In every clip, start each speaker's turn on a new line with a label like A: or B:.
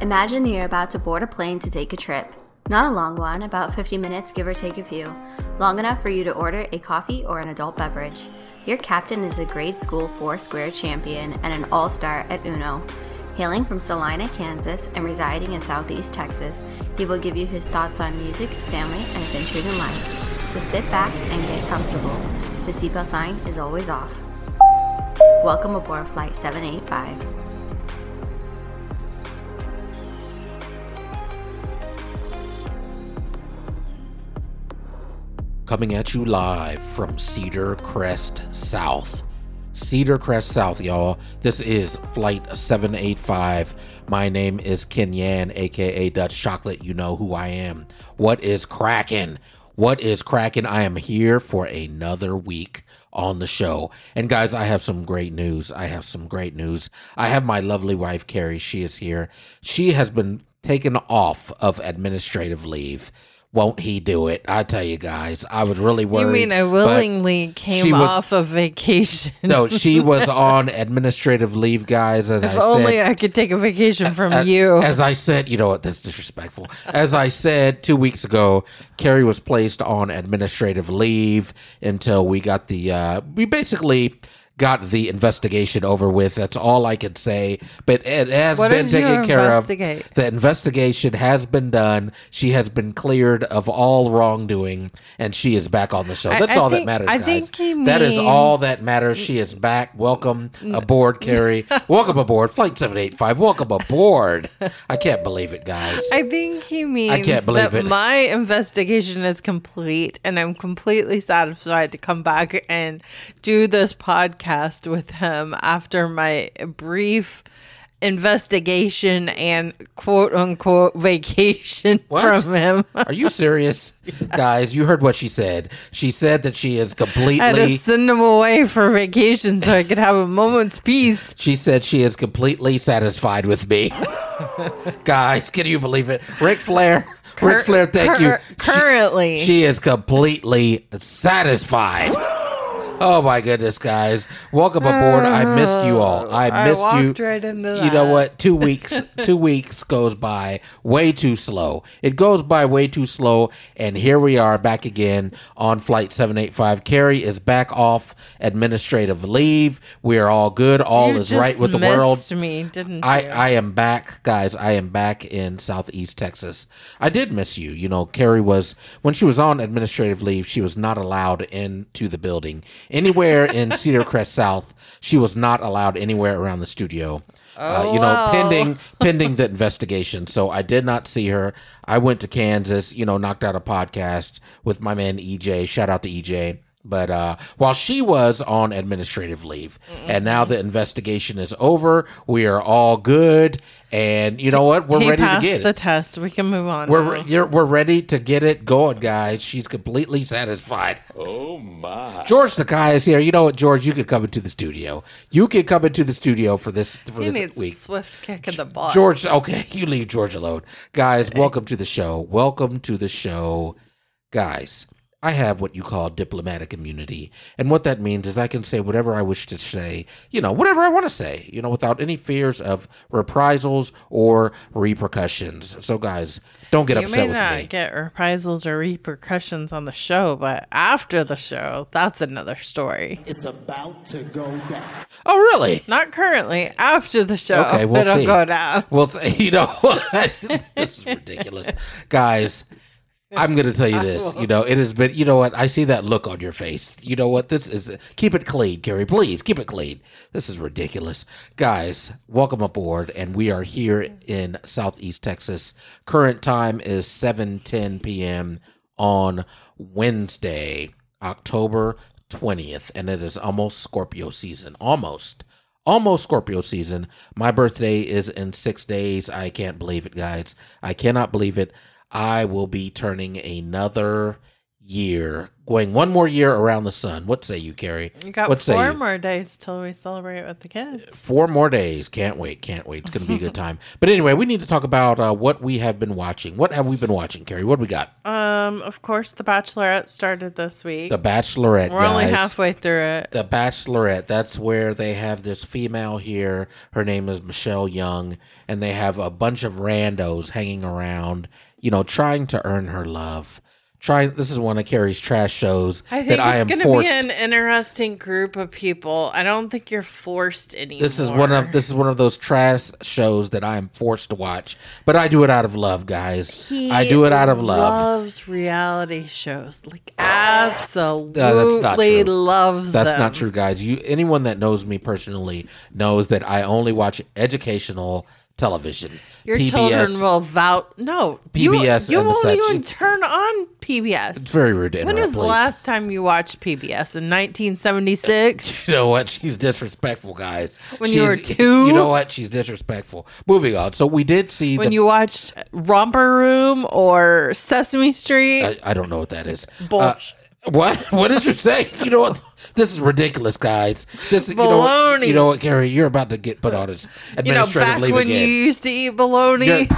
A: Imagine that you're about to board a plane to take a trip. Not a long one, about 50 minutes, give or take a few. Long enough for you to order a coffee or an adult beverage. Your captain is a grade school four square champion and an all star at Uno. Hailing from Salina, Kansas, and residing in Southeast Texas, he will give you his thoughts on music, family, and adventures in life. So sit back and get comfortable. The seatbelt sign is always off. Welcome aboard Flight 785.
B: coming at you live from Cedar Crest South. Cedar Crest South, y'all. This is Flight 785. My name is Ken Yan, aka Dutch Chocolate. You know who I am. What is cracking? What is cracking? I am here for another week on the show. And guys, I have some great news. I have some great news. I have my lovely wife, Carrie. She is here. She has been taken off of administrative leave won't he do it? I tell you guys, I was really worried.
C: You mean I
B: but
C: willingly
B: she
C: came
B: was-
C: off of vacation?
B: No, she was on administrative leave, guys. As I
C: if
B: said,
C: only I could take a vacation from
B: a-
C: you.
B: As I said, you know what? That's disrespectful. As I said two weeks ago, Carrie was placed on administrative leave until we got the. Uh, we basically got the investigation over with. That's all I can say. But it has
C: What
B: been
C: did you
B: taken care of.
C: investigate?
B: The investigation has been done. She has been cleared of all wrongdoing, and she is back on the show.
C: I-
B: That's
C: I
B: all that
C: think-
B: matters.
C: I
B: guys.
C: think he
B: that is all
C: means-
B: that matters. She is back. Welcome aboard, Carrie. Welcome aboard, Flight 785. Welcome aboard. I can't believe it, guys.
C: I think he means
B: can't believe
C: that
B: it.
C: my investigation is complete and I'm completely satisfied to come back and do this podcast with him after my brief investigation and quote unquote vacation
B: What?
C: from him.
B: Are you serious? Guys, you heard what she said. She said that she is
C: I had to
B: completely
C: send him away for vacation so I could have a moment's peace.
B: she said she is completely satisfied with me. Guys, can you believe it? Ric Flair.
C: Cur-
B: Ric Flair, thank
C: cur-
B: you.
C: Currently,
B: She is completely satisfied. Oh my goodness, guys. Welcome aboard. I missed you all. I
C: Oh, I
B: missed
C: walked
B: you.
C: right into
B: You know
C: that.
B: what? Two weeks two weeks goes by way too slow. It goes by way too slow and here we are back again on flight 785. Carrie is back off administrative leave. We are all good. All
C: You
B: is right
C: just
B: with the world.
C: missed Me didn't
B: I,
C: you?
B: I am back, guys. I am back in Southeast Texas. I did miss you. You know, Carrie was when she was on administrative leave, she was not allowed into the building anywhere in Cedar Crest South. She was not allowed anywhere around the studio. uh, you know,
C: wow.
B: pending pending the investigation. So I did not see her. I went to Kansas. You know, knocked out a podcast with my man EJ. Shout out to E EJ. But uh, while she was on administrative leave, and now the investigation is over, we are all good, and you know what? We're
C: he
B: ready to
C: passed
B: get
C: the
B: it.
C: test. We can move on.
B: We're
C: now.
B: you're, we're ready to get it going, guys. She's completely satisfied.
D: Oh my.
B: George Takai is here. You know what, George? You could come into the studio. You could come into the studio for this for
C: he
B: this
C: needs
B: week.
C: a swift kick in the butt.
B: George, okay, you leave George alone. Guys, welcome to the show. Welcome to the show. Guys, I have what you call diplomatic immunity. And what that means is I can say whatever I wish to say, you know, whatever I want to say, you know, without any fears of reprisals or repercussions. So, guys, don't get
C: you may
B: upset with
C: not
B: me.
C: get reprisals or repercussions on the show, but after the show, that's another story.
D: It's about to go down.
B: oh, really?
C: Not currently. After the show,
B: Okay, we'll
C: it'll
B: see.
C: go down.
B: Well, say- you know what? this is ridiculous, guys. I'm gonna tell you this. You know, it has been. You know what? I see that look on your face. You know what? This is. Keep it clean, Gary. Please keep it clean. This is ridiculous, guys. Welcome aboard, and we are here in Southeast Texas. Current time is 7:10 p.m. on Wednesday, October 20th, and it is almost Scorpio season. Almost almost Scorpio season. My birthday is in six days. I can't believe it, guys. I cannot believe it. I will be turning another year, going one more year around the sun. What say you, Carrie?
C: You got
B: what say you?
C: four more days till we celebrate with the kids.
B: Four more days. Can't wait. Can't wait. It's going to be a good time. But anyway, we need to talk about uh, what we have been watching. What have we been watching, Carrie? What we got?
C: Um, of course, The Bachelorette started this week.
B: The Bachelorette.
C: We're only
B: guys.
C: halfway through it.
B: The Bachelorette. That's where they have this female here. Her name is Michelle Young, and they have a bunch of randos hanging around, you know, trying to earn her love. Trying. This is one of Carrie's trash shows
C: I think
B: that I am
C: it's going to
B: forced.
C: be an interesting group of people. I don't think you're forced anymore.
B: this is one of this is one of those trash shows that I am forced to watch, but I do it out of love, guys.
C: He
B: I do it out of love.
C: Loves reality shows, like absolutely
B: true.
C: loves.
B: That's
C: them.
B: not true, guys. You anyone that knows me personally knows that I only watch educational television.
C: Your children will vout. No, you-
B: PBS
C: You,
B: and the
C: won't
B: such.
C: even
B: It's-
C: turn on PBS.
B: It's very rude to
C: when
B: interrupt,
C: is the
B: please.
C: last time you watched PBS in 1976?
B: You know what? She's disrespectful, guys.
C: When you
B: She's-
C: were two?
B: You know what? She's disrespectful. Moving on. So we did see
C: when
B: the,
C: you watched Romper Room or Sesame Street?
B: I, I don't know what that is.
C: Bullsh-
B: Uh, what? What did you say? You know what? This is ridiculous, guys. This you know, what-
C: Baloney.
B: you know what, Carrie? You're about to get put on as
C: you know,
B: administrative
C: back
B: leave
C: when
B: again.
C: you used to eat bologna.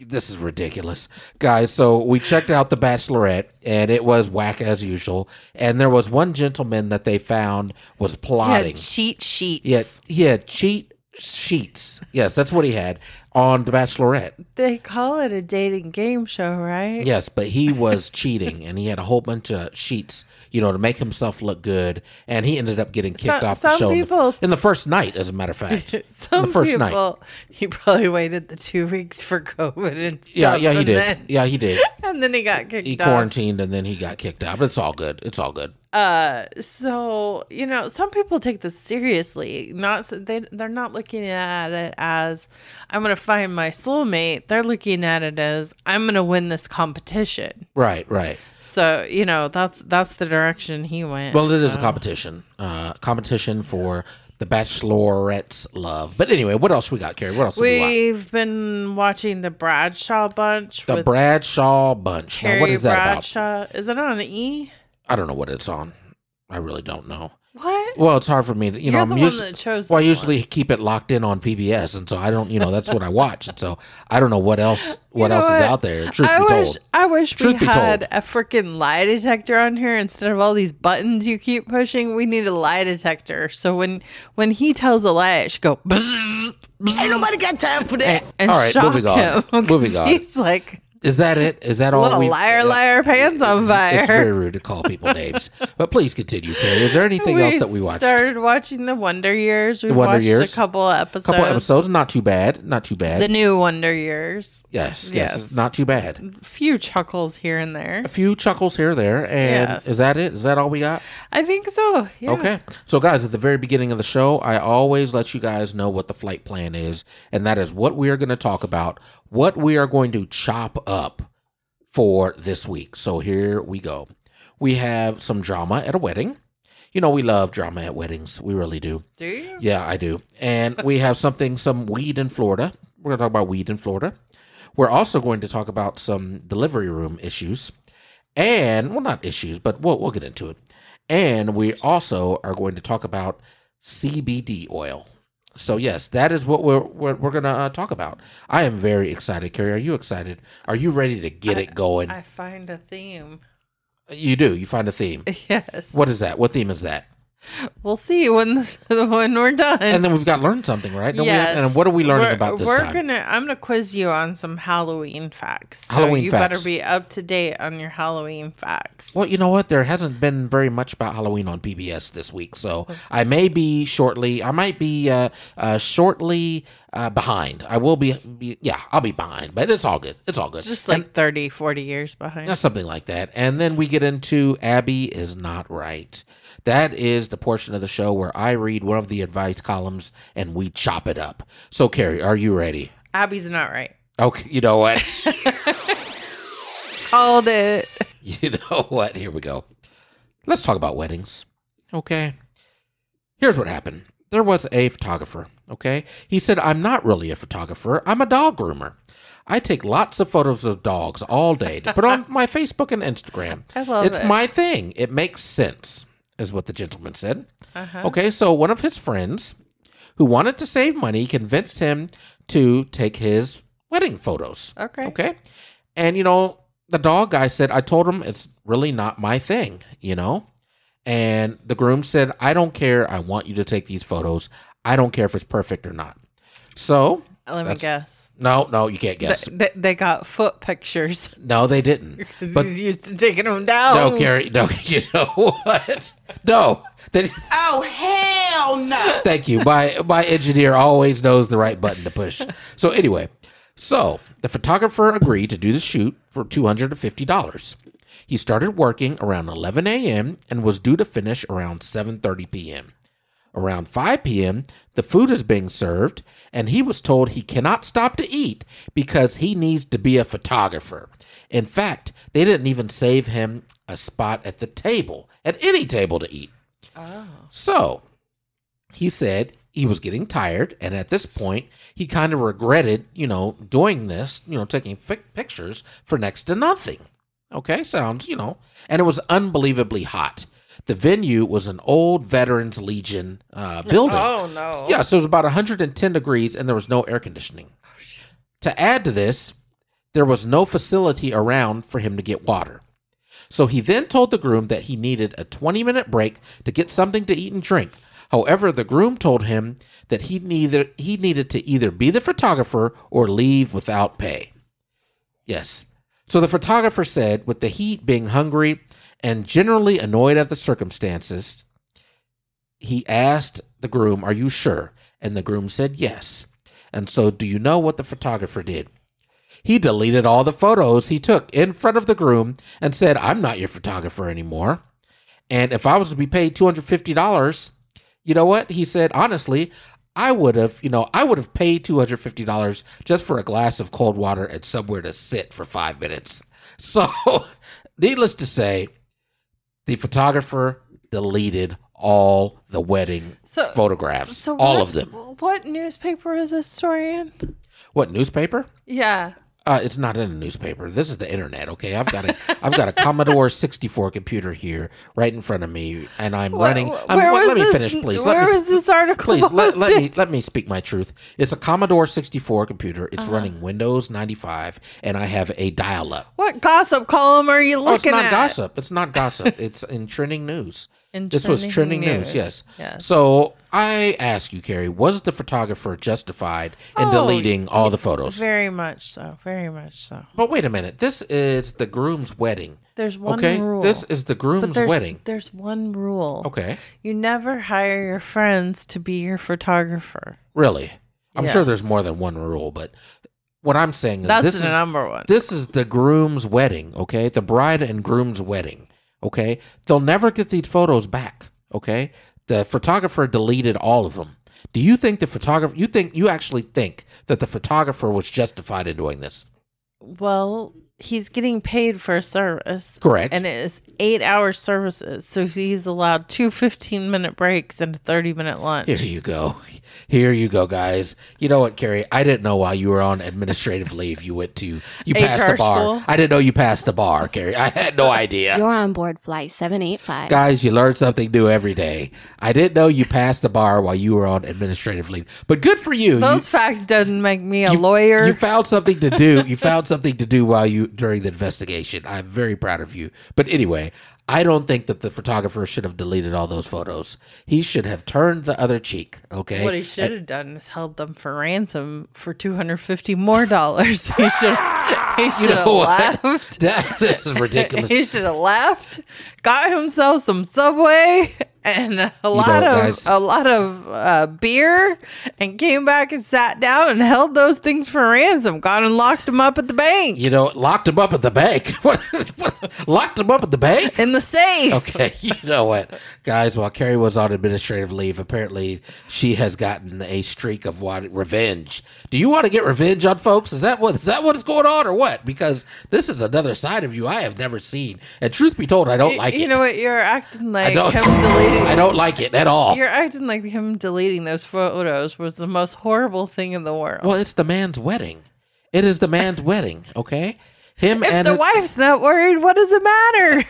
B: this is ridiculous, guys. So we checked out the Bachelorette, and it was whack as usual. And there was one gentleman that they found was plotting.
C: had cheat sheets.
B: Yeah, he had cheat sheets. Yes, that's what he had on The Bachelorette.
C: They call it a dating game show, right?
B: Yes, but he was cheating and he had a whole bunch of sheets, you know, to make himself look good. And he ended up getting kicked
C: Some-
B: off the
C: some
B: show in the,
C: people-
B: in the first night, as a matter of fact.
C: Some
B: the first night.
C: people, he probably waited the two weeks for COVID and stuff.
B: yeah, yeah, he
C: and
B: did.
C: Then,
B: Yeah, he did.
C: And then he got kicked
B: He
C: off.
B: quarantined and then he got kicked out. But it's all good. It's all good.
C: Uh, so you know, some people take this seriously. Not so they they're not looking at it as I'm gonna find my soulmate. They're looking at it as I'm gonna win this competition.
B: Right, right.
C: So you know, that's that's the direction he went.
B: Well, it is a
C: so.
B: competition. Uh, competition for the Bachelorette's love. But anyway, what else we got, Carrie? What else did we watch?
C: We've been watching the Bradshaw bunch
B: The
C: with
B: Bradshaw Bunch. Now,
C: Terry
B: what is that about?
C: Bradshaw. Is it on E?
B: I don't know what it's on. I really don't know.
C: What?
B: Well, it's hard for me to, you know,
C: You're
B: I'm
C: the one
B: usually,
C: that chose
B: well, I
C: this
B: usually keep it locked in on PBS. And so I don't, you know, that's what I watch. And so I don't know what else,
C: You
B: what
C: know
B: else is
C: what?
B: out there. Truth
C: I
B: be
C: wish
B: told.
C: I wish
B: Truth
C: we
B: be
C: had
B: told.
C: a freaking lie detector on here instead of all these buttons you keep pushing. We need a lie detector. So when when he tells a lie, it should go. Bzzz, bzzz, Ain't nobody got time for that. And
B: All right,
C: shock
B: moving on.
C: him, 'cause
B: Moving on.
C: He's like
B: Is that it? Is that all?
C: little
B: we've-
C: liar, liar, pants on fire.
B: It's very rude to call people names. But please continue, Carrie. Is there anything else that we watched?
C: started watching the Wonder Years. We
B: Wonder
C: watched
B: Years.
C: a couple of episodes.
B: couple episodes. Not too bad. Not too bad.
C: The new Wonder Years.
B: yes, yes,
C: Yes.
B: Not too bad.
C: Few chuckles here and there.
B: A few chuckles here or there. And
C: Yes.
B: is that it? Is that all we got?
C: I think so. Yeah.
B: Okay. So, guys, at the very beginning of the show, I always let you guys know what the flight plan is. And that is what we are going to talk about, what we are going to chop up for this week. So, here we go. We have some drama at a wedding. You know, we love drama at weddings. We really do.
C: Do you?
B: Yeah, I do. And we have something, some weed in Florida. We're going to talk about weed in Florida. We're also going to talk about some delivery room issues. And, well, not issues, but we'll, we'll get into it. And we also are going to talk about CBD oil. So, yes, that is what we're, we're, we're going to uh, talk about. I am very excited, Carrie. Are you excited? Are you ready to get it going?
C: I find a theme.
B: you do. You find a theme.
C: Yes.
B: What is that? What theme is that?
C: We'll see when the, when we're done.
B: And then we've got learn something, right? Don't we have-
C: yes.
B: and what are we learning
C: We're-
B: about this
C: we're
B: time?
C: Gonna, I'm going to quiz you on some Halloween facts. So
B: Halloween
C: you
B: facts.
C: better be up to date on your Halloween facts.
B: Well, you know what? There hasn't been very much about Halloween on PBS this week, so I may be shortly. I might be uh, uh, shortly uh, behind. I will be, be. Yeah, I'll be behind, but it's all good. It's all good.
C: Just like 30, 40 years behind.
B: Yeah, something like that. And then we get into Abby is not right. That is the portion of the show where I read one of the advice columns and we chop it up. So, Carrie, are you ready?
C: Abby's not right.
B: Okay, you know what?
C: Called it.
B: You know what? Here we go. Let's talk about weddings. Okay. Here's what happened. There was a photographer, okay? He said, I'm not really a photographer, I'm a dog groomer. I take lots of photos of dogs all day to put on my Facebook and Instagram.
C: I love
B: it's
C: it.
B: my thing. It makes sense, is what the gentleman said.
C: Uh-huh.
B: Okay, so one of his friends who wanted to save money convinced him to take his wedding photos.
C: Okay.
B: Okay. And, you know, the dog guy said, I told him it's really not my thing, you know? And the groom said, I don't care. I want you to take these photos. I don't care if it's perfect or not. So,
C: Let me
B: That's-
C: guess.
B: no, no, you can't guess.
C: They, they, they got foot pictures
B: no, they didn't.
C: 'cause
B: But
C: he's used to taking them down.
B: no, Gary, no, you know what? No. That-
E: Oh, hell no.
B: Thank you. My my engineer always knows the right button to push. So anyway, so the photographer agreed to do the shoot for two hundred and fifty dollars. He started working around eleven a.m. and was due to finish around seven thirty p.m. Around 5 p.m., the food is being served, and he was told he cannot stop to eat because he needs to be a photographer. In fact, they didn't even save him a spot at the table, at any table to eat. So he said he was getting tired, and at this point, he kind of regretted, you know, doing this, you know, taking fic- pictures for next to nothing. Okay, sounds, you know, and it was unbelievably hot. The venue was an old Veterans Legion uh, building.
C: Oh, no.
B: Yeah, so it was about 110 degrees and there was no air conditioning.
C: Oh,
B: To add to this, there was no facility around for him to get water. So he then told the groom that he needed a 20 minute break to get something to eat and drink. However, the groom told him that he neither he needed to either be the photographer or leave without pay. Yes. So the photographer said, with the heat, being hungry, and generally annoyed at the circumstances, he asked the groom, Are you sure? And the groom said, Yes. And so, do you know what the photographer did? He deleted all the photos he took in front of the groom and said, I'm not your photographer anymore. And if I was to be paid $250, you know what? He said, honestly, I would have, you know, I would have paid $250 just for a glass of cold water and somewhere to sit for five minutes. So, needless to say, the photographer deleted all the wedding
C: So-
B: photographs,
C: So
B: all
C: what-
B: of them.
C: What newspaper is this story in?
B: What newspaper?
C: Yeah.
B: Uh, it's not in a newspaper. This is the internet. Okay, I've got a I've got a Commodore sixty four computer here right in front of me, and I'm running.
C: Wh- wh-
B: I'm,
C: where
B: let,
C: was
B: let me
C: this-
B: finish, please.
C: Where
B: Let me,
C: was this article?
B: please let, let me
C: posted?
B: let me speak my truth. It's a Commodore sixty four computer. It's
C: Uh-huh.
B: running Windows ninety five, and I have a dial up.
C: What gossip column are you
B: Oh, it's
C: looking
B: not
C: at?
B: gossip. It's not gossip. it's in trending news.
C: In
B: this was
C: trending
B: trending news.
C: news.
B: Yes.
C: Yes.
B: So I ask you, Carrie, was the photographer justified in
C: Oh,
B: deleting all the photos?
C: Very much so. Very much so.
B: But wait a minute. This is the groom's wedding.
C: There's one
B: okay.
C: rule.
B: This is the
C: but
B: groom's
C: there's,
B: wedding.
C: There's one rule.
B: Okay.
C: You never hire your friends to be your photographer.
B: Really? I'm sure there's
C: Yes.
B: more than one rule, but what I'm saying is
C: That's
B: this
C: the
B: is
C: number one.
B: this is the groom's wedding, okay? The bride and groom's wedding, okay? They'll never get these photos back, okay? The photographer deleted all of them. Do you think the photographer you think you actually think that the photographer was justified in doing this?
C: well, he's getting paid for a service.
B: Correct.
C: And it is eight hour services. So he's allowed two 15 minute breaks and a 30 minute lunch.
B: Here you go. Here you go, guys. You know what, Carrie? I didn't know while you were on administrative leave you went to you passed
C: HR
B: the bar.
C: school?
B: I didn't know you passed the bar, Carrie. I had no idea.
A: You're on board flight 785.
B: Guys, you learn something new every day. I didn't know you passed the bar while you were on administrative leave. But good for you. You-
C: Those facts doesn't make me a
B: you,
C: lawyer.
B: You found something to do. You found something to do while you during the investigation. I'm very proud of you. But anyway, I don't think that the photographer should have deleted all those photos. He should have turned the other cheek. Okay.
C: What he should have done is held them for ransom for two hundred fifty more dollars. He should he should have
B: know what?
C: left.
B: That- this is ridiculous.
C: He should have left, got himself some Subway and a lot of
B: guys-
C: a lot of uh, beer, and came back and sat down and held those things for ransom. Gone and locked them up at the bank
B: you know, locked him up at the bank. What- what- locked him up at the bank.
C: in the safe.
B: Okay, you know what, guys? While Carrie was on administrative leave, apparently she has gotten a streak of what revenge. Do you want to get revenge on folks? Is that what is that what is going on, or what? Because this is another side of you I have never seen. And truth be told, I don't
C: Y-
B: like
C: you
B: it.
C: know what? You're acting like
B: don't-
C: him deleting deleting.
B: I don't like it at all.
C: You're acting like him deleting those photos was the most horrible thing in the world.
B: Well, it's the man's wedding. It is the man's wedding, okay? Him
C: if
B: and
C: the
B: his-
C: wife's not worried, what does it matter?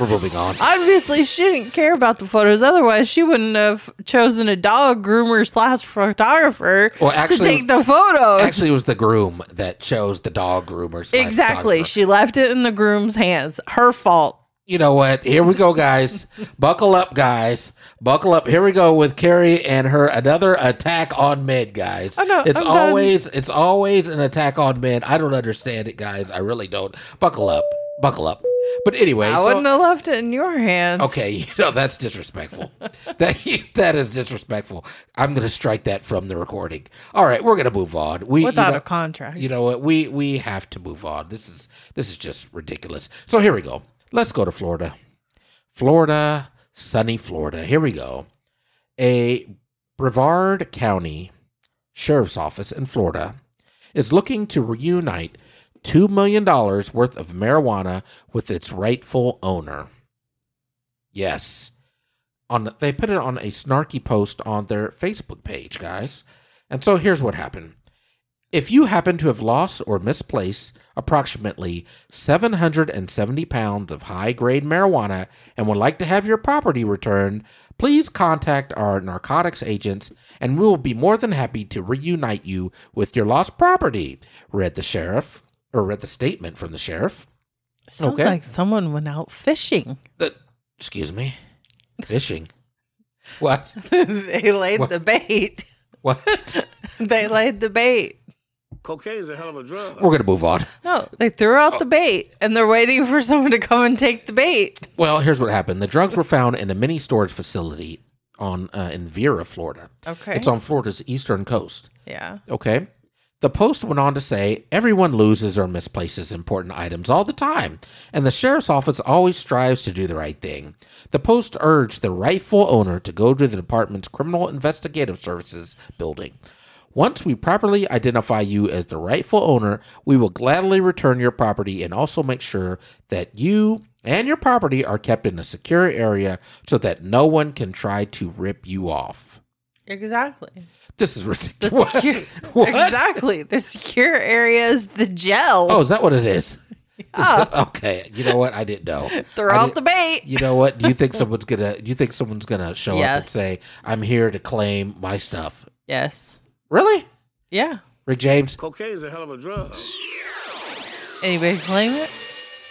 B: We're moving on.
C: Obviously, she didn't care about the photos. Otherwise, she wouldn't have chosen a dog groomer slash photographer
B: Well,
C: to
B: actually-
C: take the photos.
B: Actually, it was the groom that chose the dog groomer. slash
C: exactly.
B: photographer.
C: She left it in the groom's hands. Her fault.
B: You know what? Here we go, guys. Buckle up, guys. Buckle up. Here we go with Carrie and her another attack on mid, guys.
C: Oh, no,
B: it's
C: I'm done.
B: always it's always an attack on mid. I don't understand it, guys. I really don't. Buckle up. Buckle up. But anyway,
C: I
B: so-
C: wouldn't have left it in your hands.
B: Okay, you know that's disrespectful. that that is disrespectful. I'm gonna strike that from the recording. All right, we're gonna move on. We you
C: Without
B: know-
C: a contract.
B: You know what? We we have to move on. This is this is just ridiculous. So here we go. Let's go to Florida, Florida, sunny Florida. Here we go. A Brevard County Sheriff's Office in Florida is looking to reunite $2 million worth of marijuana with its rightful owner. Yes. On they put it on a snarky post on their Facebook page, guys. And so here's what happened. If you happen to have lost or misplaced approximately 770 pounds of high grade marijuana and would like to have your property returned, please contact our narcotics agents and we will be more than happy to reunite you with your lost property, read the sheriff, or read the statement from the sheriff.
C: Sounds
B: okay.
C: like someone went out fishing.
B: The, Uh, excuse me? Fishing. what?
C: they laid
B: What?
C: the bait.
B: What?
C: They laid the bait.
F: Cocaine's a hell of a drug.
B: We're going to move on.
C: No, they threw out the bait and they're waiting for someone to come and take the bait.
B: Well, here's what happened. The drugs were found in a mini storage facility on uh, in Vera, Florida.
C: Okay.
B: It's on Florida's eastern coast.
C: Yeah.
B: Okay. The post went on to say everyone loses or misplaces important items all the time, and the sheriff's office always strives to do the right thing. The post urged the rightful owner to go to the department's Criminal Investigative Services building. Once we properly identify you as the rightful owner, we will gladly return your property and also make sure that you and your property are kept in a secure area so that no one can try to rip you off.
C: Exactly.
B: This is ridiculous.
C: The secure,
B: What?
C: exactly. The secure area is the gel.
B: Oh, is that what it is? Is that- okay. You know what? I didn't know.
C: Throw
B: I
C: out
B: didn't-
C: the bait.
B: You know what? Do you think someone's gonna? You think someone's gonna show up and
C: Yes.
B: say, "I'm here to claim my stuff"?
C: Yes.
B: Really,
C: Yeah.
B: Rick James?
F: Cocaine's a hell of a drug.
C: Anybody claim it?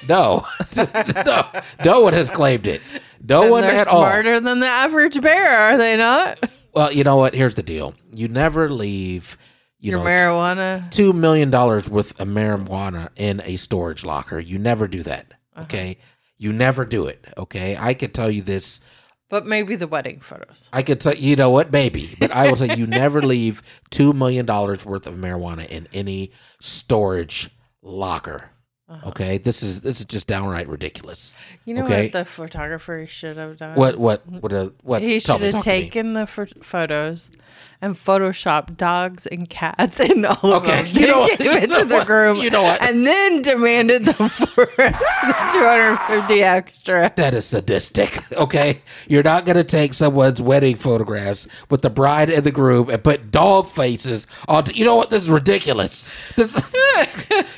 B: No, no, no one has claimed it. No
C: Then
B: one
C: they're
B: at
C: smarter than the average bear, are they not?
B: all. Well, you know what? Here's the deal: you never leave. You
C: Your
B: know,
C: marijuana.
B: two million dollars worth of marijuana in a storage locker. You never do that.
C: Uh-huh.
B: Okay, you never do it. Okay, I can tell you this.
C: But maybe the wedding photos.
B: I could say, you know what, baby, but I will say you never leave $2 million worth of marijuana in any storage locker. Okay. This is, this is just downright ridiculous.
C: Uh-huh. You know
B: Okay.
C: what the photographer should have done?
B: What, what, what, uh, what?
C: He
B: tell
C: should
B: me,
C: have
B: talk to me.
C: taken the pho- photos and photoshopped dogs and cats and all of
B: Okay,
C: them.
B: you know what?
C: gave it
B: You know
C: to the
B: what?
C: groom.
B: You know what?
C: And then demanded the, for, the 250 extra.
B: That is sadistic. Okay. You're not going to take someone's wedding photographs with the bride and the groom and put dog faces on. you know what? This is ridiculous. This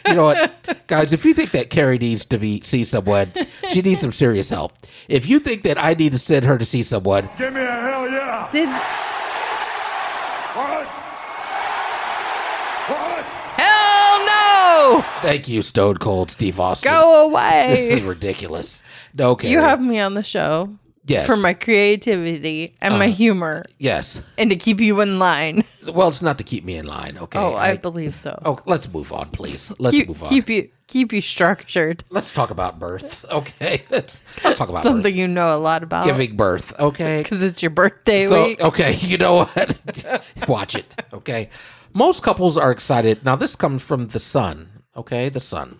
B: you know what? Guys, if you think that Carrie needs to be see someone, she needs some serious help. If you think that I need to send her to see someone,
F: Give me a hell yeah.
C: Did
F: What? What?
C: hell no?
B: thank you, Stone Cold Steve Austin.
C: Go
B: This is
C: away.
B: ridiculous. No, Carrie.
C: You have me on the show
B: yes, Uh.
C: for my creativity and my humor
B: yes.
C: and to keep you in line.
B: Well, it's not to keep me in line. Okay.
C: Oh, I, believe so.
B: Oh, let's move on, please. Let's
C: keep,
B: move on.
C: keep you keep you structured.
B: Let's talk about birth, okay? Let's, let's talk about
C: Something
B: birth.
C: you know a lot about
B: giving birth, okay?
C: because it's your birthday
B: So,
C: week.
B: okay, you know what? Watch it, okay? Most couples are excited. Now, this comes from the Sun, okay? The Sun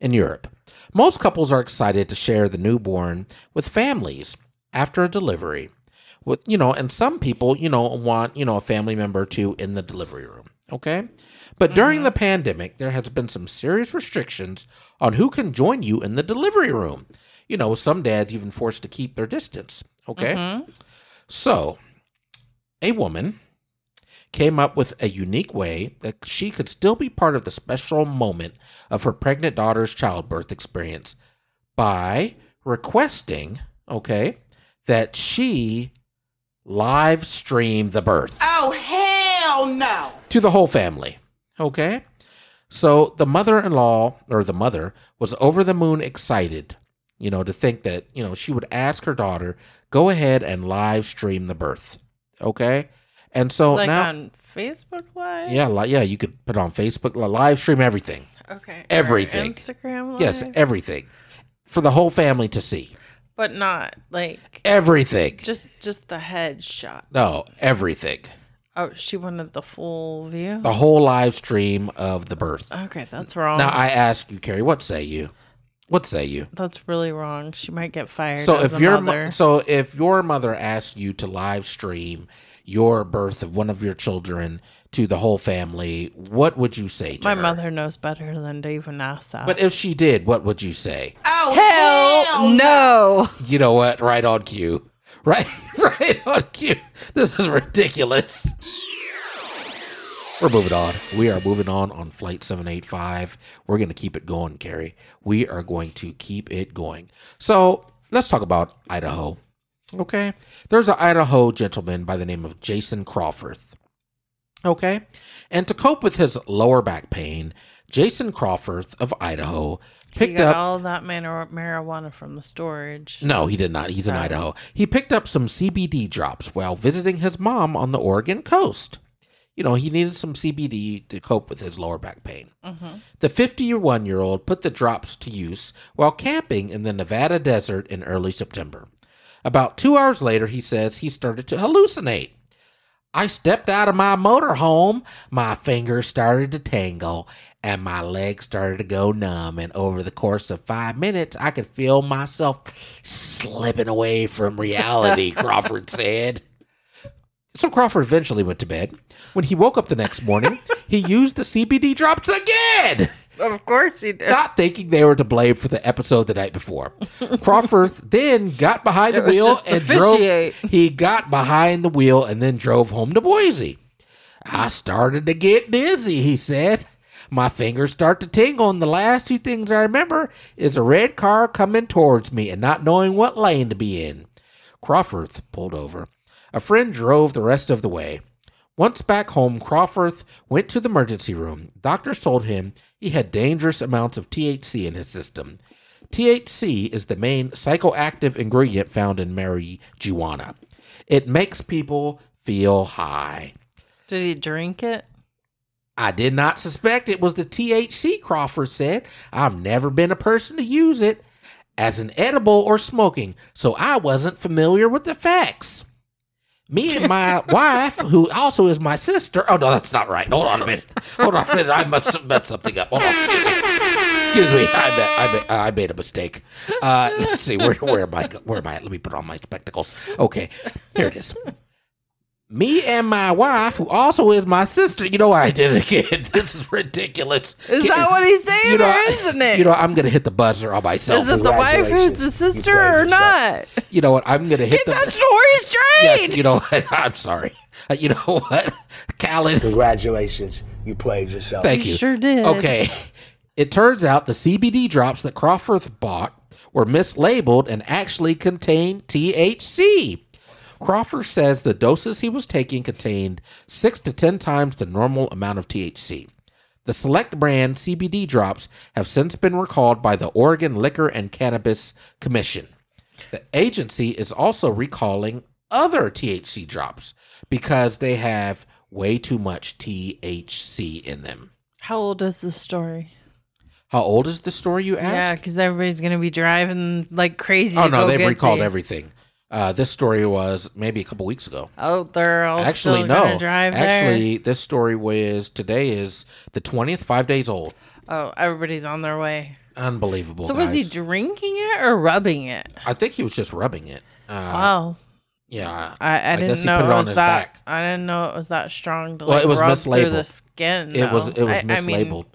B: in Europe. Most couples are excited to share the newborn with families after a delivery. With you know, and some people, you know, want, you know, a family member to in the delivery room, okay? But during the pandemic, there has been some serious restrictions on who can join you in the delivery room. you know, some dads even forced to keep their distance. Okay. So, a woman came up with a unique way that she could still be part of the special moment of her pregnant daughter's childbirth experience by requesting, okay, that she live stream the birth
E: Oh, hell no.
B: to the whole family. Okay? So the mother in law, or the mother, was over the moon excited, you know, to think that, you know, she would ask her daughter, go ahead and live stream the birth. Okay? And so
C: like
B: oh, now,
C: on Facebook Live.
B: yeah, like, yeah, you could put on Facebook, li- live stream everything.
C: Okay. or
B: Everything.
C: Instagram. Live,
B: Yes, e- everything. For the whole family to see.
C: but not like
B: Everything.
C: just just the headshot.
B: No, everything.
C: Oh, she wanted the full view.
B: The whole live stream of the birth.
C: Okay, that's wrong.
B: Now I ask you, Carrie, what say you? What say you?
C: that's really wrong. She might get fired.
B: so
C: as
B: if
C: a
B: your
C: mother.
B: mo- so if your mother asked you to live stream your birth of one of your children to the whole family, what would you say to
C: my
B: her?
C: mother knows better than to even ask that.
B: But if she did, what would you say?
E: Oh,
C: hell, no.
B: You know what? Right on cue. Right, right on cue. This is ridiculous. We're moving on. We are moving on on flight 785. We're going to keep it going, Carrie. We are going to keep it going. So let's talk about Idaho. Okay. There's an Idaho gentleman by the name of Jason Crawforth. Okay. And to cope with his lower back pain, Jason Crawforth of Idaho
C: He
B: picked
C: got
B: up.
C: all that manor- marijuana from the storage.
B: No, he did not. He's in
C: Sorry.
B: Idaho. He picked up some CBD drops while visiting his mom on the Oregon coast. You know, he needed some CBD to cope with his lower back pain. The 51 year old put the drops to use while camping in the Nevada desert in early September. About two hours later, he says he started to hallucinate. I stepped out of my motorhome. My fingers started to tingle and my legs started to go numb. And over the course of five minutes, I could feel myself slipping away from reality, Crawford said. So Crawford eventually went to bed. When he woke up the next morning, he used the CBD drops again
C: Of course he did.
B: not thinking they were to blame for the episode the night before. Crawford then got behind the
C: was
B: wheel
C: just
B: and
C: officiate.
B: drove. He got behind the wheel and then drove home to Boise. I started to get dizzy, he said. My fingers start to tingle, and the last two things I remember is a red car coming towards me and not knowing what lane to be in. Crawford pulled over. A friend drove the rest of the way. Once back home, Crawford went to the emergency room. Doctors told him he had dangerous amounts of THC in his system. THC is the main psychoactive ingredient found in marijuana. It makes people feel high.
C: Did he drink it?
B: I did not suspect it was the THC, Crawford said. I've never been a person to use it as an edible or smoking, so I wasn't familiar with the facts. Me and my wife, who also is my sister. Oh, no, that's not right. Hold on a minute. Hold on a minute. I must have messed something up. Hold on. Excuse me. I, ma- I, ma- I made a mistake. Uh, let's see. Where, where, am I, go- where am I? at? Let me put on my spectacles. Okay. Here it is me and my wife, who also is my sister. You know, I did it again. This is ridiculous.
C: Is
B: Can-
C: that what he's saying, or isn't it?
B: You know, I'm gonna hit the buzzer on myself.
C: Is it the wife who's the
B: Congratulations.
C: sister
B: You played
C: or
B: yourself.
C: not?
B: You know what? I'm gonna hit
C: Get
B: the.
C: that story straight.
B: yes, you know. what? I'm sorry. Uh, You know what, Khaled?
G: Congratulations, you played yourself.
B: Thank
C: You
B: you.
C: sure did.
B: Okay. It turns out the CBD drops that Crawford bought were mislabeled and actually contained THC. Crawford says the doses he was taking contained six to 10 times the normal amount of THC. The select brand CBD drops have since been recalled by the Oregon Liquor and Cannabis Commission. The agency is also recalling other THC drops because they have way too much THC in them.
C: How old is this story?
B: How old is the story you
C: Yeah,
B: asked?
C: because everybody's gonna be driving like crazy.
B: oh
C: to
B: no,
C: go
B: they've
C: get
B: recalled
C: these.
B: everything. Uh, this story was maybe a couple weeks ago.
C: Oh, they're all
B: Actually,
C: still
B: no.
C: gonna drive
B: Actually, this story was today is the twentieth, five days old.
C: there. Oh, everybody's on their way.
B: Unbelievable.
C: so was he
B: guys.
C: drinking it or rubbing it?
B: I think he was just rubbing it. Uh,
C: wow,
B: yeah,
C: I, I,
B: guess
C: didn't
B: he
C: know
B: put
C: it,
B: it on
C: was
B: his
C: that.
B: back.
C: I didn't know it was that strong to
B: Well,
C: like
B: it was
C: rub through
B: mislabeled.
C: the skin.
B: it was
C: though.
B: it was
C: I- I mean,
B: mislabeled.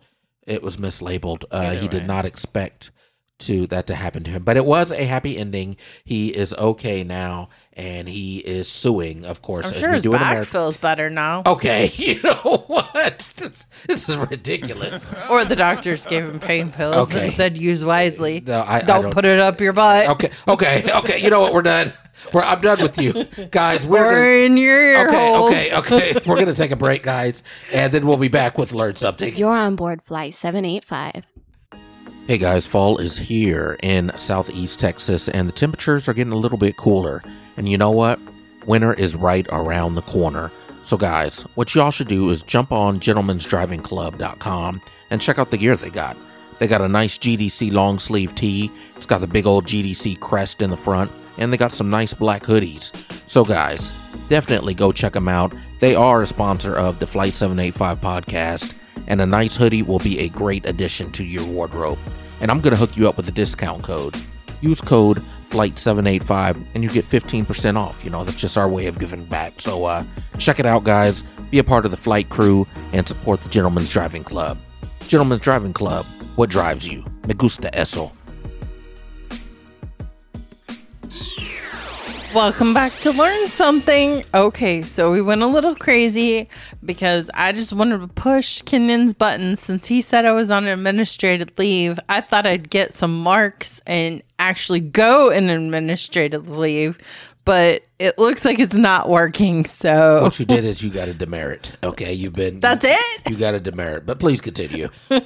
B: it was mislabeled. Uh, he
C: way.
B: did not expect to that to happen to him. But it was a happy ending. He is okay now, and he is suing, of course,
C: I'm
B: as
C: sure
B: we
C: his
B: do in
C: back
B: America.
C: feels better now.
B: okay, you know what? This, this is ridiculous.
C: Or the doctors gave him pain pills
B: Okay.
C: and said use wisely.
B: No, I- I
C: don't,
B: don't-
C: put it up your butt
B: okay, okay, okay. You know what? We're done. We're, I'm done with you guys. We're
C: or
B: gonna-
C: in your ear
B: okay,
C: holes.
B: okay, okay. We're gonna take a break, guys, and then we'll be back with learn something.
A: You're on board Flight 785.
B: Hey guys, fall is here in southeast Texas, and the temperatures are getting a little bit cooler. And you know what? Winter is right around the corner. So, guys, what y'all should do is jump on gentlemen'sdrivingclub.com and check out the gear they got. They got a nice GDC long sleeve tee, it's got the big old GDC crest in the front, and they got some nice black hoodies. So, guys, definitely go check them out. They are a sponsor of the Flight 785 podcast and a nice hoodie will be a great addition to your wardrobe. And I'm going to hook you up with a discount code. Use code FLIGHT785 and you get 15% off. You know, that's just our way of giving back. So uh, check it out, guys. Be a part of the flight crew and support the Gentleman's Driving Club. Gentleman's Driving Club, what drives you? Me gusta eso.
C: Welcome back to Learn Something. Okay, so we went a little crazy because I just wanted to push Kenyon's button since he said I was on administrative leave. I thought I'd get some marks and actually go in administrative leave, but it looks like it's not working. So
B: What you did is you got a demerit. Okay, you've been.
C: That's it?
B: You got a demerit, but please continue.
C: All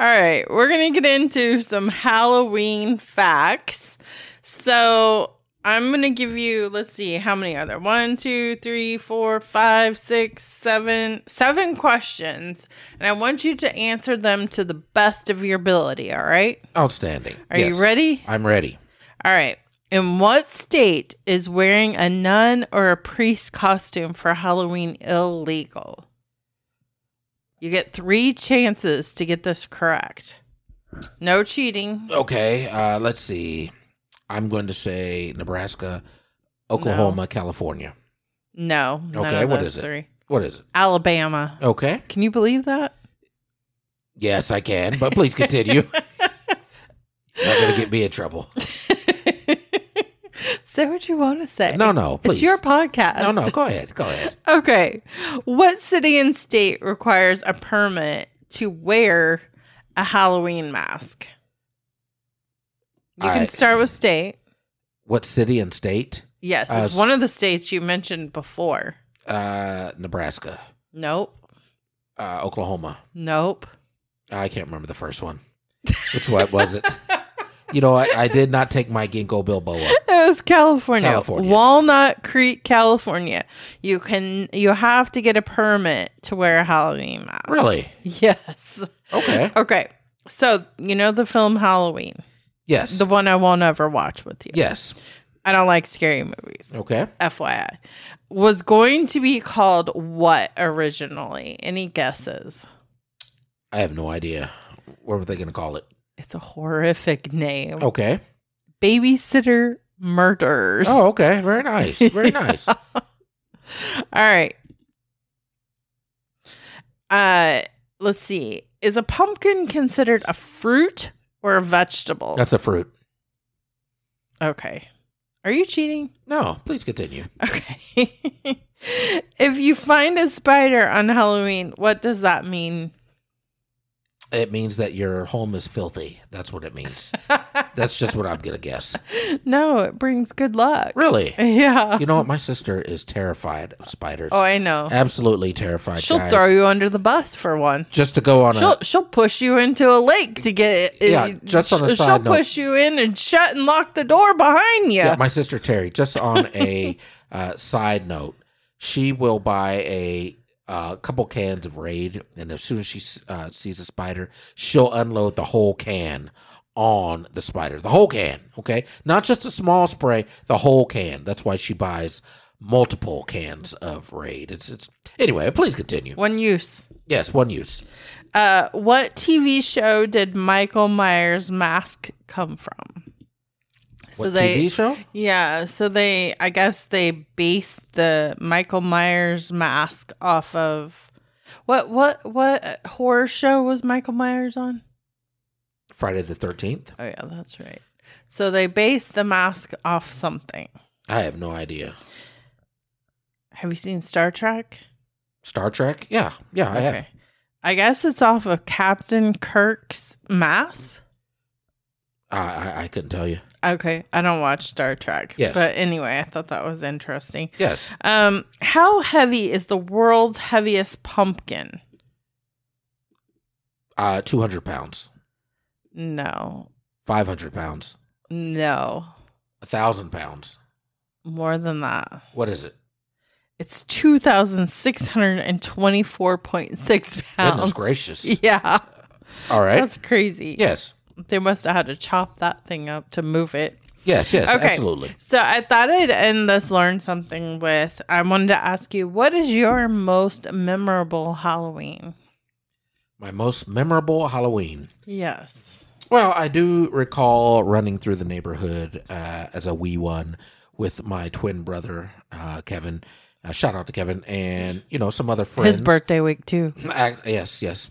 C: right, we're going to get into some Halloween facts. So I'm going to give you, let's see, how many are there? One, two, three, four, five, six, seven, seven questions. And I want you to answer them to the best of your ability. All right.
B: Outstanding.
C: Are you ready?
B: I'm ready.
C: All right. In what state is wearing a nun or a priest costume for Halloween illegal? You get three chances to get this correct. No cheating.
B: Okay, uh, let's see. I'm going to say Nebraska, Oklahoma, California.
C: No. none
B: Okay,
C: of
B: what
C: those
B: is it?
C: Three.
B: What is it?
C: Alabama.
B: Okay.
C: Can you believe that?
B: Yes, I can, but please continue. Not going to get me in trouble.
C: say what you want to say.
B: No, no, please.
C: It's your podcast.
B: No, no, go ahead. Go ahead.
C: Okay. What city and state requires a permit to wear a Halloween mask? You
B: I-
C: can start with state.
B: What city and state?
C: Yes,
B: Uh,
C: it's one of the states you mentioned before.
B: Uh, Nebraska,
C: Nope.
B: uh, Oklahoma.
C: Nope.
B: I can't remember the first one. Which one was it? You know, I, I did not take my Ginkgo Bilboa.
C: It was California.
B: California.
C: Walnut Creek, California. You can you have to get a permit to wear a Halloween mask.
B: Really?
C: Yes.
B: Okay.
C: Okay. So, you know the film Halloween,
B: Yes.
C: the one I won't ever watch with you.
B: Yes.
C: I don't like scary movies.
B: Okay.
C: FYI. Was going to be called what originally? Any guesses?
B: I have no idea. What were they going to call it?
C: It's a horrific name.
B: Okay.
C: babysitter murders.
B: Oh, okay. Very nice. Very nice.
C: All right. Uh let's see. Is a pumpkin considered a fruit or a vegetable?
B: That's a fruit.
C: okay. Are you cheating?
B: No, please continue.
C: Okay. if you find a spider on Halloween, what does that mean?
B: It means that your home is filthy. That's what it means. That's just what I'm going to guess.
C: No, it brings good luck.
B: Really?
C: Yeah.
B: You know what? My sister is terrified of spiders.
C: Oh, I know.
B: Absolutely terrified.
C: She'll
B: guys.
C: throw you under the bus for one.
B: Just to go on
C: She'll
B: a.
C: she'll push you into a lake to get it.
B: Yeah, just on a
C: she'll
B: side note.
C: push you in and shut and lock the door behind you.
B: Yeah, my sister Terry, just on a uh, side note, she will buy a. uh, couple cans of Raid, and as soon as she s- uh, sees a spider, she'll unload the whole can on the spider. The whole can, okay? Not just a small spray, the whole can. That's why she buys multiple cans of Raid. It's it's anyway. Please continue.
C: one use.
B: Yes, one use.
C: Uh, what TV show did Michael Myers' mask come from? So
B: what
C: they,
B: TV show?
C: yeah, so they, I guess they based the Michael Myers mask off of what, what, what horror show was Michael Myers on?
B: Friday the 13th.
C: Oh yeah, that's right. So they based the mask off something.
B: I have no idea.
C: Have you seen Star Trek?
B: Star Trek? Yeah. Yeah, I have.
C: I guess it's off of Captain Kirk's mask.
B: I, I, I couldn't tell you.
C: Okay, I don't watch Star Trek.
B: Yes.
C: But anyway, I thought that was interesting.
B: Yes.
C: Um, how heavy is the world's heaviest pumpkin?
B: Uh, 200 pounds,
C: No.
B: 500 pounds,
C: No.
B: 1,000 pounds.
C: More than that.
B: What is it?
C: It's 2,624.6 pounds.
B: Goodness gracious.
C: Yeah.
B: All right.
C: That's crazy.
B: yes.
C: They must have had to chop that thing up to move it.
B: Yes. Yes.
C: Okay.
B: Absolutely.
C: So I thought I'd end this learn something with I wanted to ask you, what is your most memorable Halloween?
B: My most memorable Halloween.
C: Yes.
B: Well, I do recall running through the neighborhood uh, as a wee one with my twin brother, uh, Kevin. Uh, shout out to Kevin and, you know, some other friends.
C: His birthday week too.
B: Ac- yes, yes.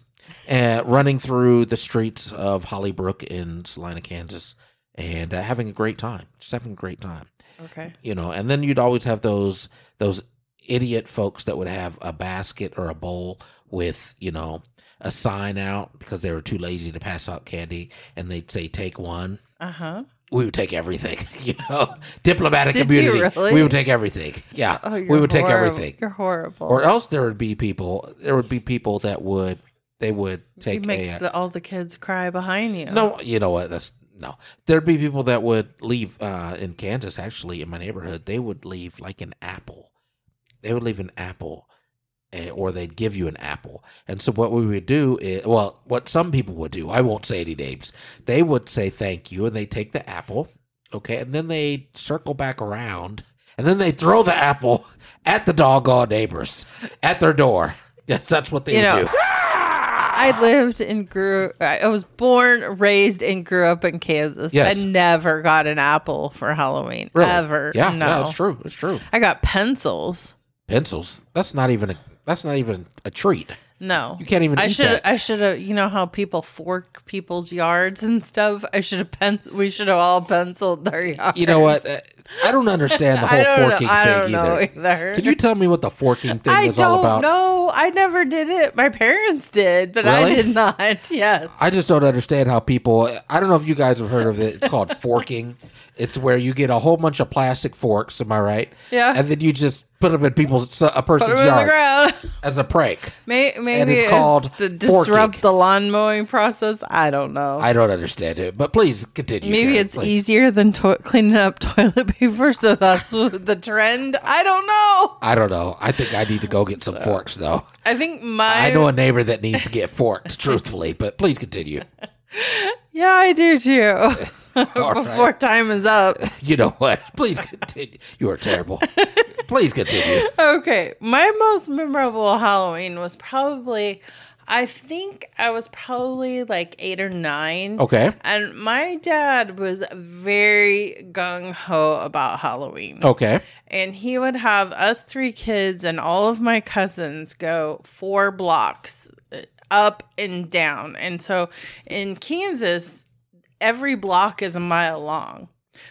B: Uh, running through the streets of Hollybrook in Salina, Kansas, and uh, having a great time. Just having a great time,
C: Okay.
B: you know. And then you'd always have those those idiot folks that would have a basket or a bowl with you know a sign out because they were too lazy to pass out candy, and they'd say take one.
C: Uh-huh.
B: We would take everything, you know. Diplomatic
C: Did you
B: community.
C: really?
B: We would take everything. Yeah, we would take everything
C: Oh, You're horrible.
B: or else there would be people there would be people that would they would
C: you
B: take
C: make
B: a uh,
C: the, all the kids cry behind you.
B: no you know what that's no there'd be people that would leave uh in kansas actually in my neighborhood they would leave like an apple they would leave an apple eh, or they'd give you an apple and so what we would do is well what some people would do i won't say any names they would say thank you and they take the apple okay and then they circle back around and then they throw the apple at the doggone neighbors at their door yes that's what they
C: You
B: would
C: know,
B: do
C: I lived and grew. I I was born, raised, and grew up in Kansas.
B: Yes.
C: I never got an apple for Halloween
B: Really?
C: ever.
B: yeah
C: no,
B: no it's true it's true
C: I got pencils.
B: pencils. That's not even a that's not even a treat.
C: No,
B: You can't even
C: I
B: eat
C: should.
B: that.
C: I should have. You know how people fork people's yards and stuff. I should have. Pen- we should have all penciled their yards.
B: You know what? Uh, I don't understand the
C: I
B: whole
C: don't know-
B: forking
C: I don't
B: thing
C: know
B: either.
C: either.
B: Can you tell me what the forking thing
C: I
B: is all
C: don't
B: about?
C: know. I never did it. My parents did, but I
B: Really?
C: did not. Yes.
B: I just don't understand how people. I don't know if you guys have heard of it. It's called forking. It's where you get a whole bunch of plastic forks. Am I right?
C: Yeah.
B: And then you just put them in people's a person's
C: Put them in the
B: yard
C: ground.
B: as a prank.
C: May- Maybe
B: it's
C: it's
B: called
C: to
B: forking.
C: disrupt the lawn mowing process. I don't know.
B: I don't understand it, but please continue.
C: Maybe
B: Karen,
C: it's
B: please.
C: easier than to- cleaning up toilet paper, so that's what the trend. I don't know.
B: I don't know. I think I need to go get some forks though.
C: I think my
B: I know a neighbor that needs to get forked, truthfully, but please continue.
C: yeah, I do too. Before
B: right.
C: time is up.
B: You know what? Please continue. You are terrible. Please continue.
C: Okay, my most memorable Halloween was probably, I think I was probably like eight or nine.
B: Okay.
C: And my dad was very gung ho about Halloween.
B: Okay.
C: and he would have us three kids and all of my cousins go four blocks uh, up and down. And so in Kansas, every block is a mile long.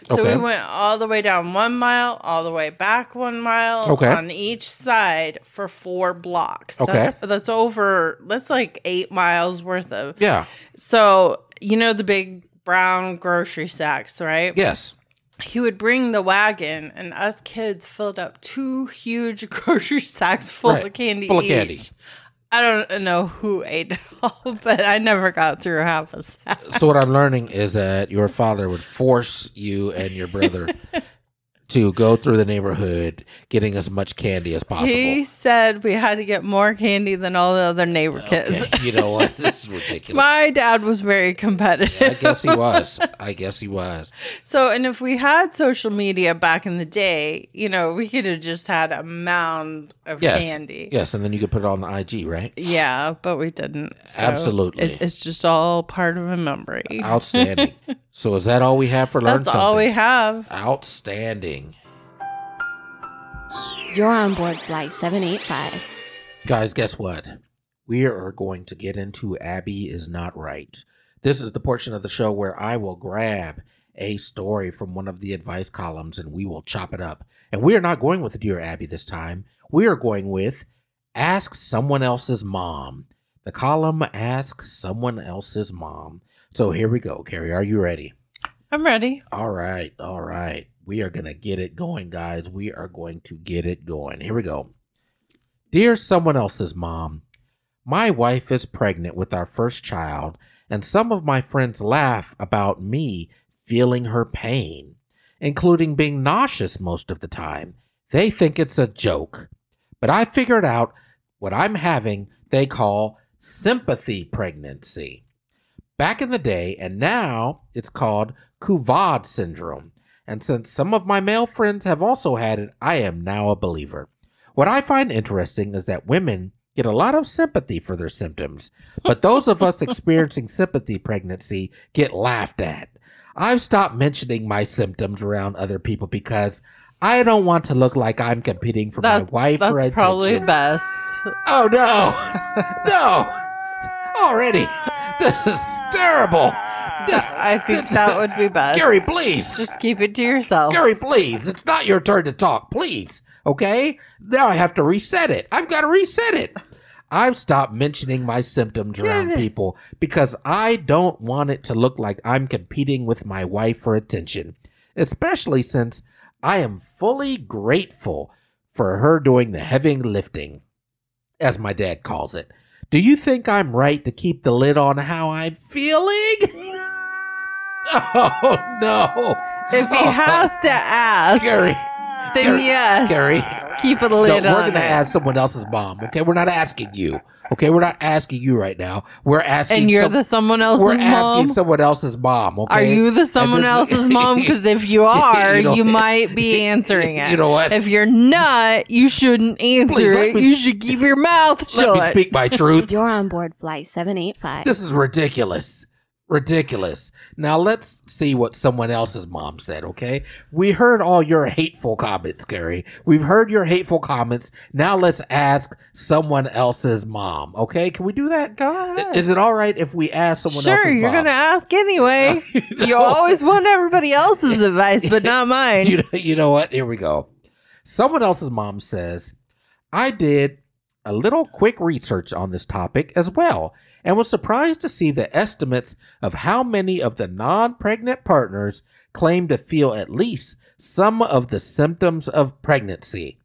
C: So
B: Okay.
C: we went all the way down one mile, all the way back one mile
B: Okay.
C: on each side for four blocks.
B: Okay.
C: That's, that's over, that's like eight miles worth of.
B: Yeah.
C: So, you know, the big brown grocery sacks, right?
B: Yes.
C: he would bring the wagon, and us kids filled up two huge grocery sacks full
B: Right,
C: of candy.
B: full of candy.
C: each. I don't know who ate it all, but I never got through half a sack.
B: So what I'm learning is that your father would force you and your brother to go through the neighborhood getting as much candy as possible.
C: He said we had to get more candy than all the other neighbor kids.
B: Okay, You know what? This is ridiculous.
C: My dad was very
B: I
C: competitive.
B: guess he was. I guess he was.
C: So, and if we had social media back in the day, you know, we could have just had a mound of
B: Yes.
C: candy.
B: Yes, and then you could put it on the IG, right?
C: Yeah, but we didn't. So
B: Absolutely.
C: it- it's just all part of a memory.
B: Outstanding. so is that all we have for learn
C: That's all we
B: something?
C: have.
B: Outstanding.
A: You're on board Flight 785.
B: Guys, guess what? We are going to get into Abby is Not Right. This is the portion of the show where I will grab a story from one of the advice columns and we will chop it up. And we are not going with Dear Abby this time. We are going with Ask Someone Else's Mom. The column Ask Someone Else's Mom. So here we go. Carrie, are you ready?
C: I'm ready.
B: All right, all right. We are going to get it going, guys. We are going to get it going. Here we go. Dear someone else's mom, my wife is pregnant with our first child, and some of my friends laugh about me feeling her pain, including being nauseous most of the time. They think it's a joke. But I figured out what I'm having, they call sympathy pregnancy back in the day, and now it's called Couvard syndrome. And since some of my male friends have also had it, I am now a believer. What I find interesting is that women get a lot of sympathy for their symptoms, but those of us experiencing sympathy pregnancy get laughed at. I've stopped mentioning my symptoms around other people because I don't want to look like I'm competing for my
C: That,
B: wife
C: that's
B: or attention.
C: probably best.
B: Oh no! no! Already! This is terrible!
C: I think that would be best.
B: Gary, please!
C: Just keep it to yourself.
B: Gary, please! It's not your turn to talk, please! Okay? Now I have to reset it. I've got to reset it! I've stopped mentioning my symptoms around people because I don't want it to look like I'm competing with my wife for attention, especially since I am fully grateful for her doing the heavy lifting as my dad calls it. Do you think I'm right to keep the lid on how I'm feeling? Oh no!
C: If he
B: Oh,
C: has to ask,
B: Gary,
C: then
B: Gary,
C: yes.
B: Gary,
C: Keep it a
B: no,
C: lid
B: we're
C: on.
B: gonna
C: it.
B: ask someone else's mom. Okay, we're not asking you. Okay, we're not asking you right now. We're asking.
C: and you're
B: some-
C: the someone else's
B: We're
C: mom.
B: asking someone else's mom. Okay,
C: Are you the someone
B: this-
C: else's mom? Because if you are,
B: You
C: you,
B: know-
C: might be answering it.
B: You know what?
C: If you're not, you shouldn't answer
B: Please, let
C: it.
B: me-
C: you should keep your mouth shut.
B: Let me speak my truth.
A: You're on board Flight 785.
B: This is ridiculous. Ridiculous. Now let's see what someone else's mom said, okay? We heard all your hateful comments, Gary. We've heard your hateful comments. Now let's ask someone else's mom, okay? Can we do that?
C: Go ahead.
B: Is it all right if we ask someone else's
C: sure,
B: mom?
C: you're gonna ask anyway. You always want everybody else's advice, but not mine.
B: you, know, you know what? Here we go. Someone else's mom says, I did a little quick research on this topic as well and was surprised to see the estimates of how many of the non pregnant partners claim to feel at least some of the symptoms of pregnancy.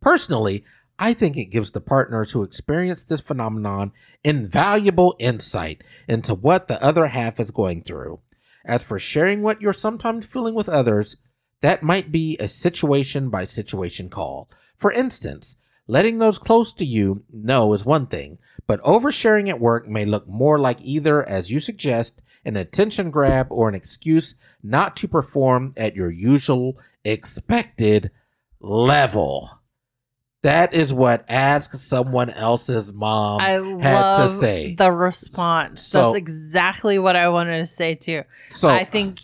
B: Personally, I think it gives the partners who experience this phenomenon invaluable insight into what the other half is going through. As for sharing what you're sometimes feeling with others, that might be a situation by situation call. For instance, letting those close to you know is one thing, but oversharing at work may look more like either, as you suggest, an attention grab or an excuse not to perform at your usual expected level. That is what ask someone else's mom
C: I
B: had
C: love
B: to say.
C: the response.
B: So-
C: That's exactly what I wanted to say too.
B: so
C: I think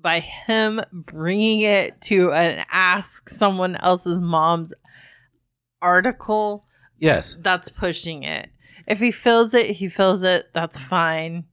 C: by him bringing it to an ask someone else's mom's article
B: yes,
C: that's pushing it. If he feels it, he feels it. That's fine,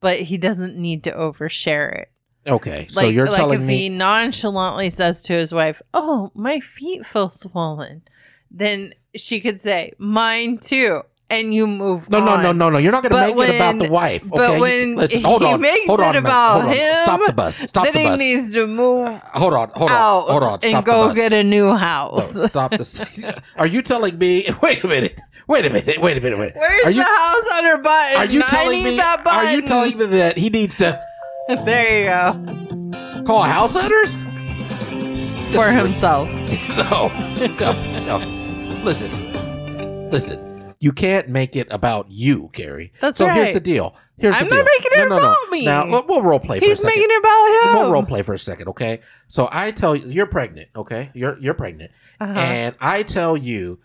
C: but he doesn't need to overshare it.
B: okay. so you're
C: like
B: telling
C: if
B: me
C: he nonchalantly says to his wife, "Oh, my feet feel swollen," then she could say, "Mine too," and you move.
B: No, no,
C: on.
B: no, no, no. You're not going to
C: But
B: make it about
C: when-
B: the wife.
C: but
B: okay? You-
C: when
B: listen,
C: he
B: hold on,
C: makes
B: hold
C: it
B: on a minute,
C: about
B: hold on.
C: him,
B: Stop the bus. Stop
C: then
B: the bus.
C: he needs to move
B: hold on, hold on,
C: out
B: hold on. Stop
C: and
B: the
C: go
B: bus.
C: get a new
B: No,
C: house.
B: stop this. Are you telling me? Wait a minute. Wait a minute. Wait a minute. Wait.
C: Where's
B: are you?
C: the house on her button?
B: Are you
C: I
B: telling
C: need
B: me?
C: that button.
B: Are you telling me that he needs to
C: There you go
B: call house hunters?
C: for himself.
B: No, no, no. Listen, listen. You can't make it about you, Gary.
C: That's
B: so here's
C: right.
B: the deal. Here's
C: I'm
B: the deal.
C: not making it
B: no, no, no.
C: about me.
B: Now we'll- we'll role play. for a
C: He's
B: second.
C: making it about him.
B: We'll role play for a second, okay? So I tell you, you're pregnant, okay? You're you're pregnant,
C: Uh-huh.
B: and I tell you,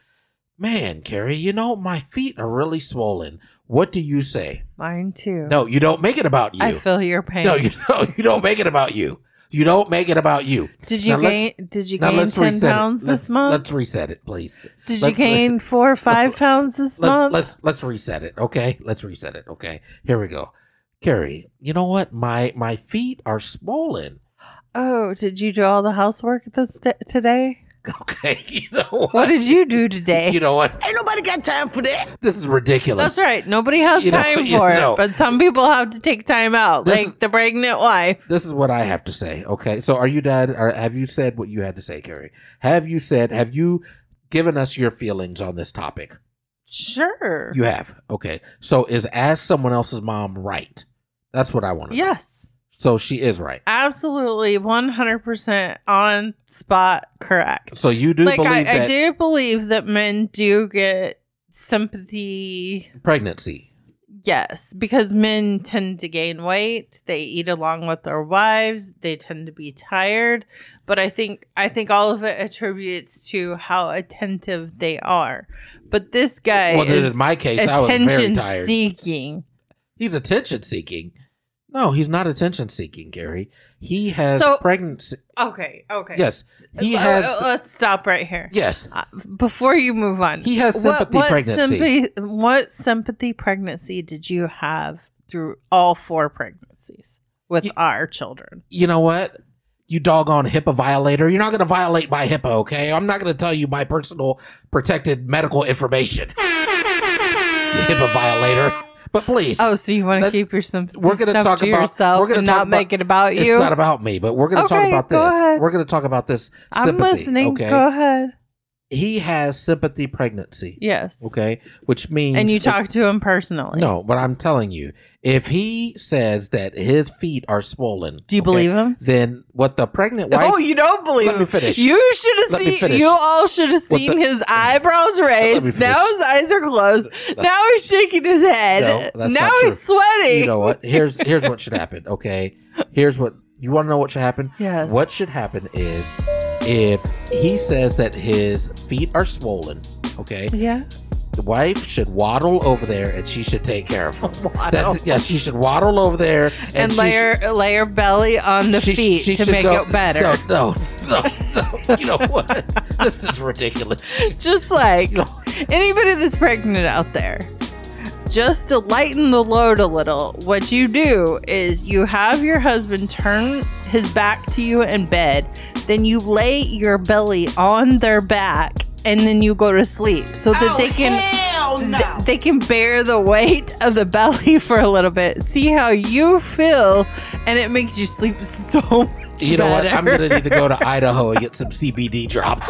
B: man, Carrie, you know my feet are really swollen. What do you say?
C: Mine too.
B: No, you don't make it about you.
C: I feel your pain.
B: no, you no, you don't make it about you. You don't make it about you.
C: did you
B: Now let's-
C: gain? Did you
B: Now
C: gain
B: let's
C: ten
B: reset
C: pounds
B: it.
C: this
B: Let's,
C: month?
B: Let's reset it, please.
C: did you
B: let's-
C: gain four or five pounds this
B: Let's
C: month?
B: let's let's reset it, okay? Let's reset it, okay? Here we go. Carrie, you know what? My my feet are swollen.
C: Oh, did you do all the housework this t- today?
B: Okay, you know what?
C: What did you do today?
B: you know what? Ain't nobody got time for that. This is ridiculous.
C: That's right. Nobody has
B: You know,
C: time
B: you
C: for
B: know.
C: it, but some people have to take time out,
B: This-
C: like the pregnant wife.
B: This is what I have to say. Okay, so are you done? Or have you said what you had to say, Carrie? Have you said? Have you given us your feelings on this topic?
C: Sure.
B: You have. Okay. So is as someone else's mom right? That's what I want to. know.
C: yes.
B: So she is right.
C: Absolutely. 100% on spot correct.
B: So you do
C: like,
B: believe
C: I,
B: that
C: I do believe that men do get sympathy.
B: pregnancy?
C: Yes, because men tend to gain weight. They eat along with their wives. They tend to be tired. But I think I think all of it attributes to how attentive they are. But this guy,
B: Well, this
C: is
B: is my case. I was very
C: attention
B: tired.
C: seeking.
B: He's attention seeking. No, he's not attention seeking, Gary. He has
C: So-
B: pregnancy.
C: Okay, okay.
B: Yes, he
C: Uh,
B: has-
C: uh, let's stop right here.
B: Yes,
C: Uh, Before you move on,
B: He has sympathy pregnancy.
C: Sympathy, what sympathy pregnancy did you have through all four pregnancies with
B: You-
C: our children?
B: you know what? You doggone HIPAA violator. You're not going to violate my HIPAA, okay? I'm not going to tell you my personal protected medical information. You HIPAA violator. But please,
C: Oh, so you want to
B: Let's-
C: keep your sympathy
B: we're gonna
C: stuff
B: talk
C: to
B: about-
C: yourself
B: we're gonna
C: and
B: talk
C: not
B: about-
C: make it about
B: it's
C: you?
B: not about me, but we're going to talk
C: Okay,
B: about this.
C: go ahead.
B: We're going to talk about this
C: I'm
B: sympathy.
C: listening.
B: Okay?
C: Go ahead.
B: He has sympathy pregnancy,
C: Yes.
B: okay? Which means.
C: And you
B: it-
C: talk to him personally.
B: No, but I'm telling you, if he says that his feet are swollen,
C: Do you
B: okay,
C: believe him?
B: Then what the pregnant wife?
C: oh, you don't believe
B: Let
C: him.
B: me finish.
C: You should have
B: Let me
C: seen.
B: finish.
C: You all should have
B: What
C: seen
B: the-
C: his eyebrows raised.
B: finish.
C: Now his eyes are closed. Now he's shaking his head.
B: No, that's
C: now
B: not
C: he's sweating.
B: you know what? Here's here's what should happen. Okay, here's what you want to know. What should happen?
C: Yes.
B: What should happen is if he says that his feet are swollen. Okay,
C: Yeah.
B: the wife should waddle over there and she should take care of him. That's, yeah, she should waddle over there and,
C: And,
B: she
C: lay her lay her belly on the
B: sh- she-
C: feet
B: she
C: to
B: should
C: make
B: go-
C: it better.
B: No, no, no, no. You know what? this is ridiculous.
C: just like anybody that's pregnant out there just to lighten the load a little what you do is you have your husband turn his back to you in bed then you lay your belly on their back and then you go to sleep so that
E: Oh,
C: they can
E: Hell no.
C: th- they can bear the weight of the belly for a little bit see how you feel and it makes you sleep so much
B: You know what?
C: better.
B: I'm gonna need to go to Idaho and get some CBD drops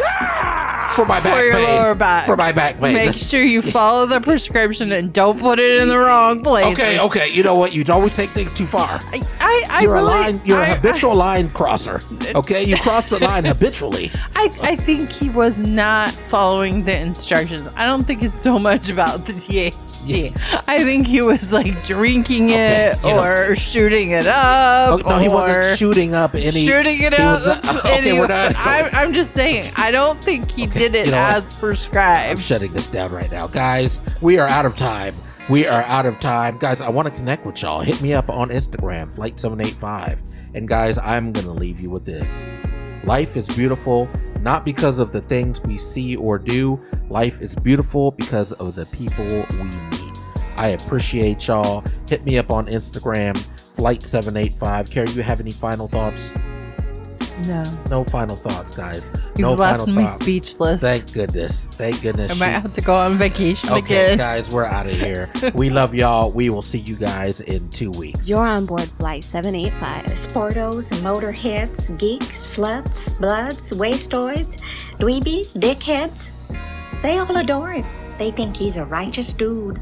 B: for my back
C: Ah! your
B: pain.
C: lower back.
B: For my back pain.
C: Make sure you follow the prescription and don't put it in the wrong place.
B: Okay, okay. You know what? You always take things too far.
C: I, I, I
B: You're
C: really,
B: a line. You're a
C: I-
B: habitual line crosser. Okay, you cross the line habitually.
C: I, I think he was not following the instructions. I don't think it's so much about the THC. I think he was like drinking
B: Okay,
C: it
B: you know.
C: or shooting it up.
B: Oh, no, he
C: or-
B: wasn't shooting up any.
C: shooting it
B: he
C: out.
B: was not- okay,
C: and he-
B: we're done.
C: I'm, I'm just saying, I don't think he
B: Okay,
C: did it
B: you know what?
C: as
B: I'm
C: prescribed.
B: shutting this down right now, guys. We are out of time. We are out of time, guys. I want to connect with y'all. Hit me up on Instagram, flight seven eight five. And guys, I'm gonna leave you with this. Life is beautiful not because of the things we see or do. Life is beautiful because of the people we meet. I appreciate y'all. Hit me up on Instagram, flight785. Carrie, you have any final thoughts?
C: no,
B: No final thoughts, guys.
C: you
B: no
C: left
B: final
C: me
B: thoughts.
C: speechless.
B: Thank goodness. Thank goodness.
C: I
B: she-
C: might have to go on vacation
B: Okay,
C: again.
B: guys, we're out of here. we love y'all. We will see you guys in two weeks.
A: You're on board Flight 785.
H: Sportos, motorheads, geeks, sluts, bloods, wastoids, dweebies, dickheads. They all adore him. They think he's a righteous dude.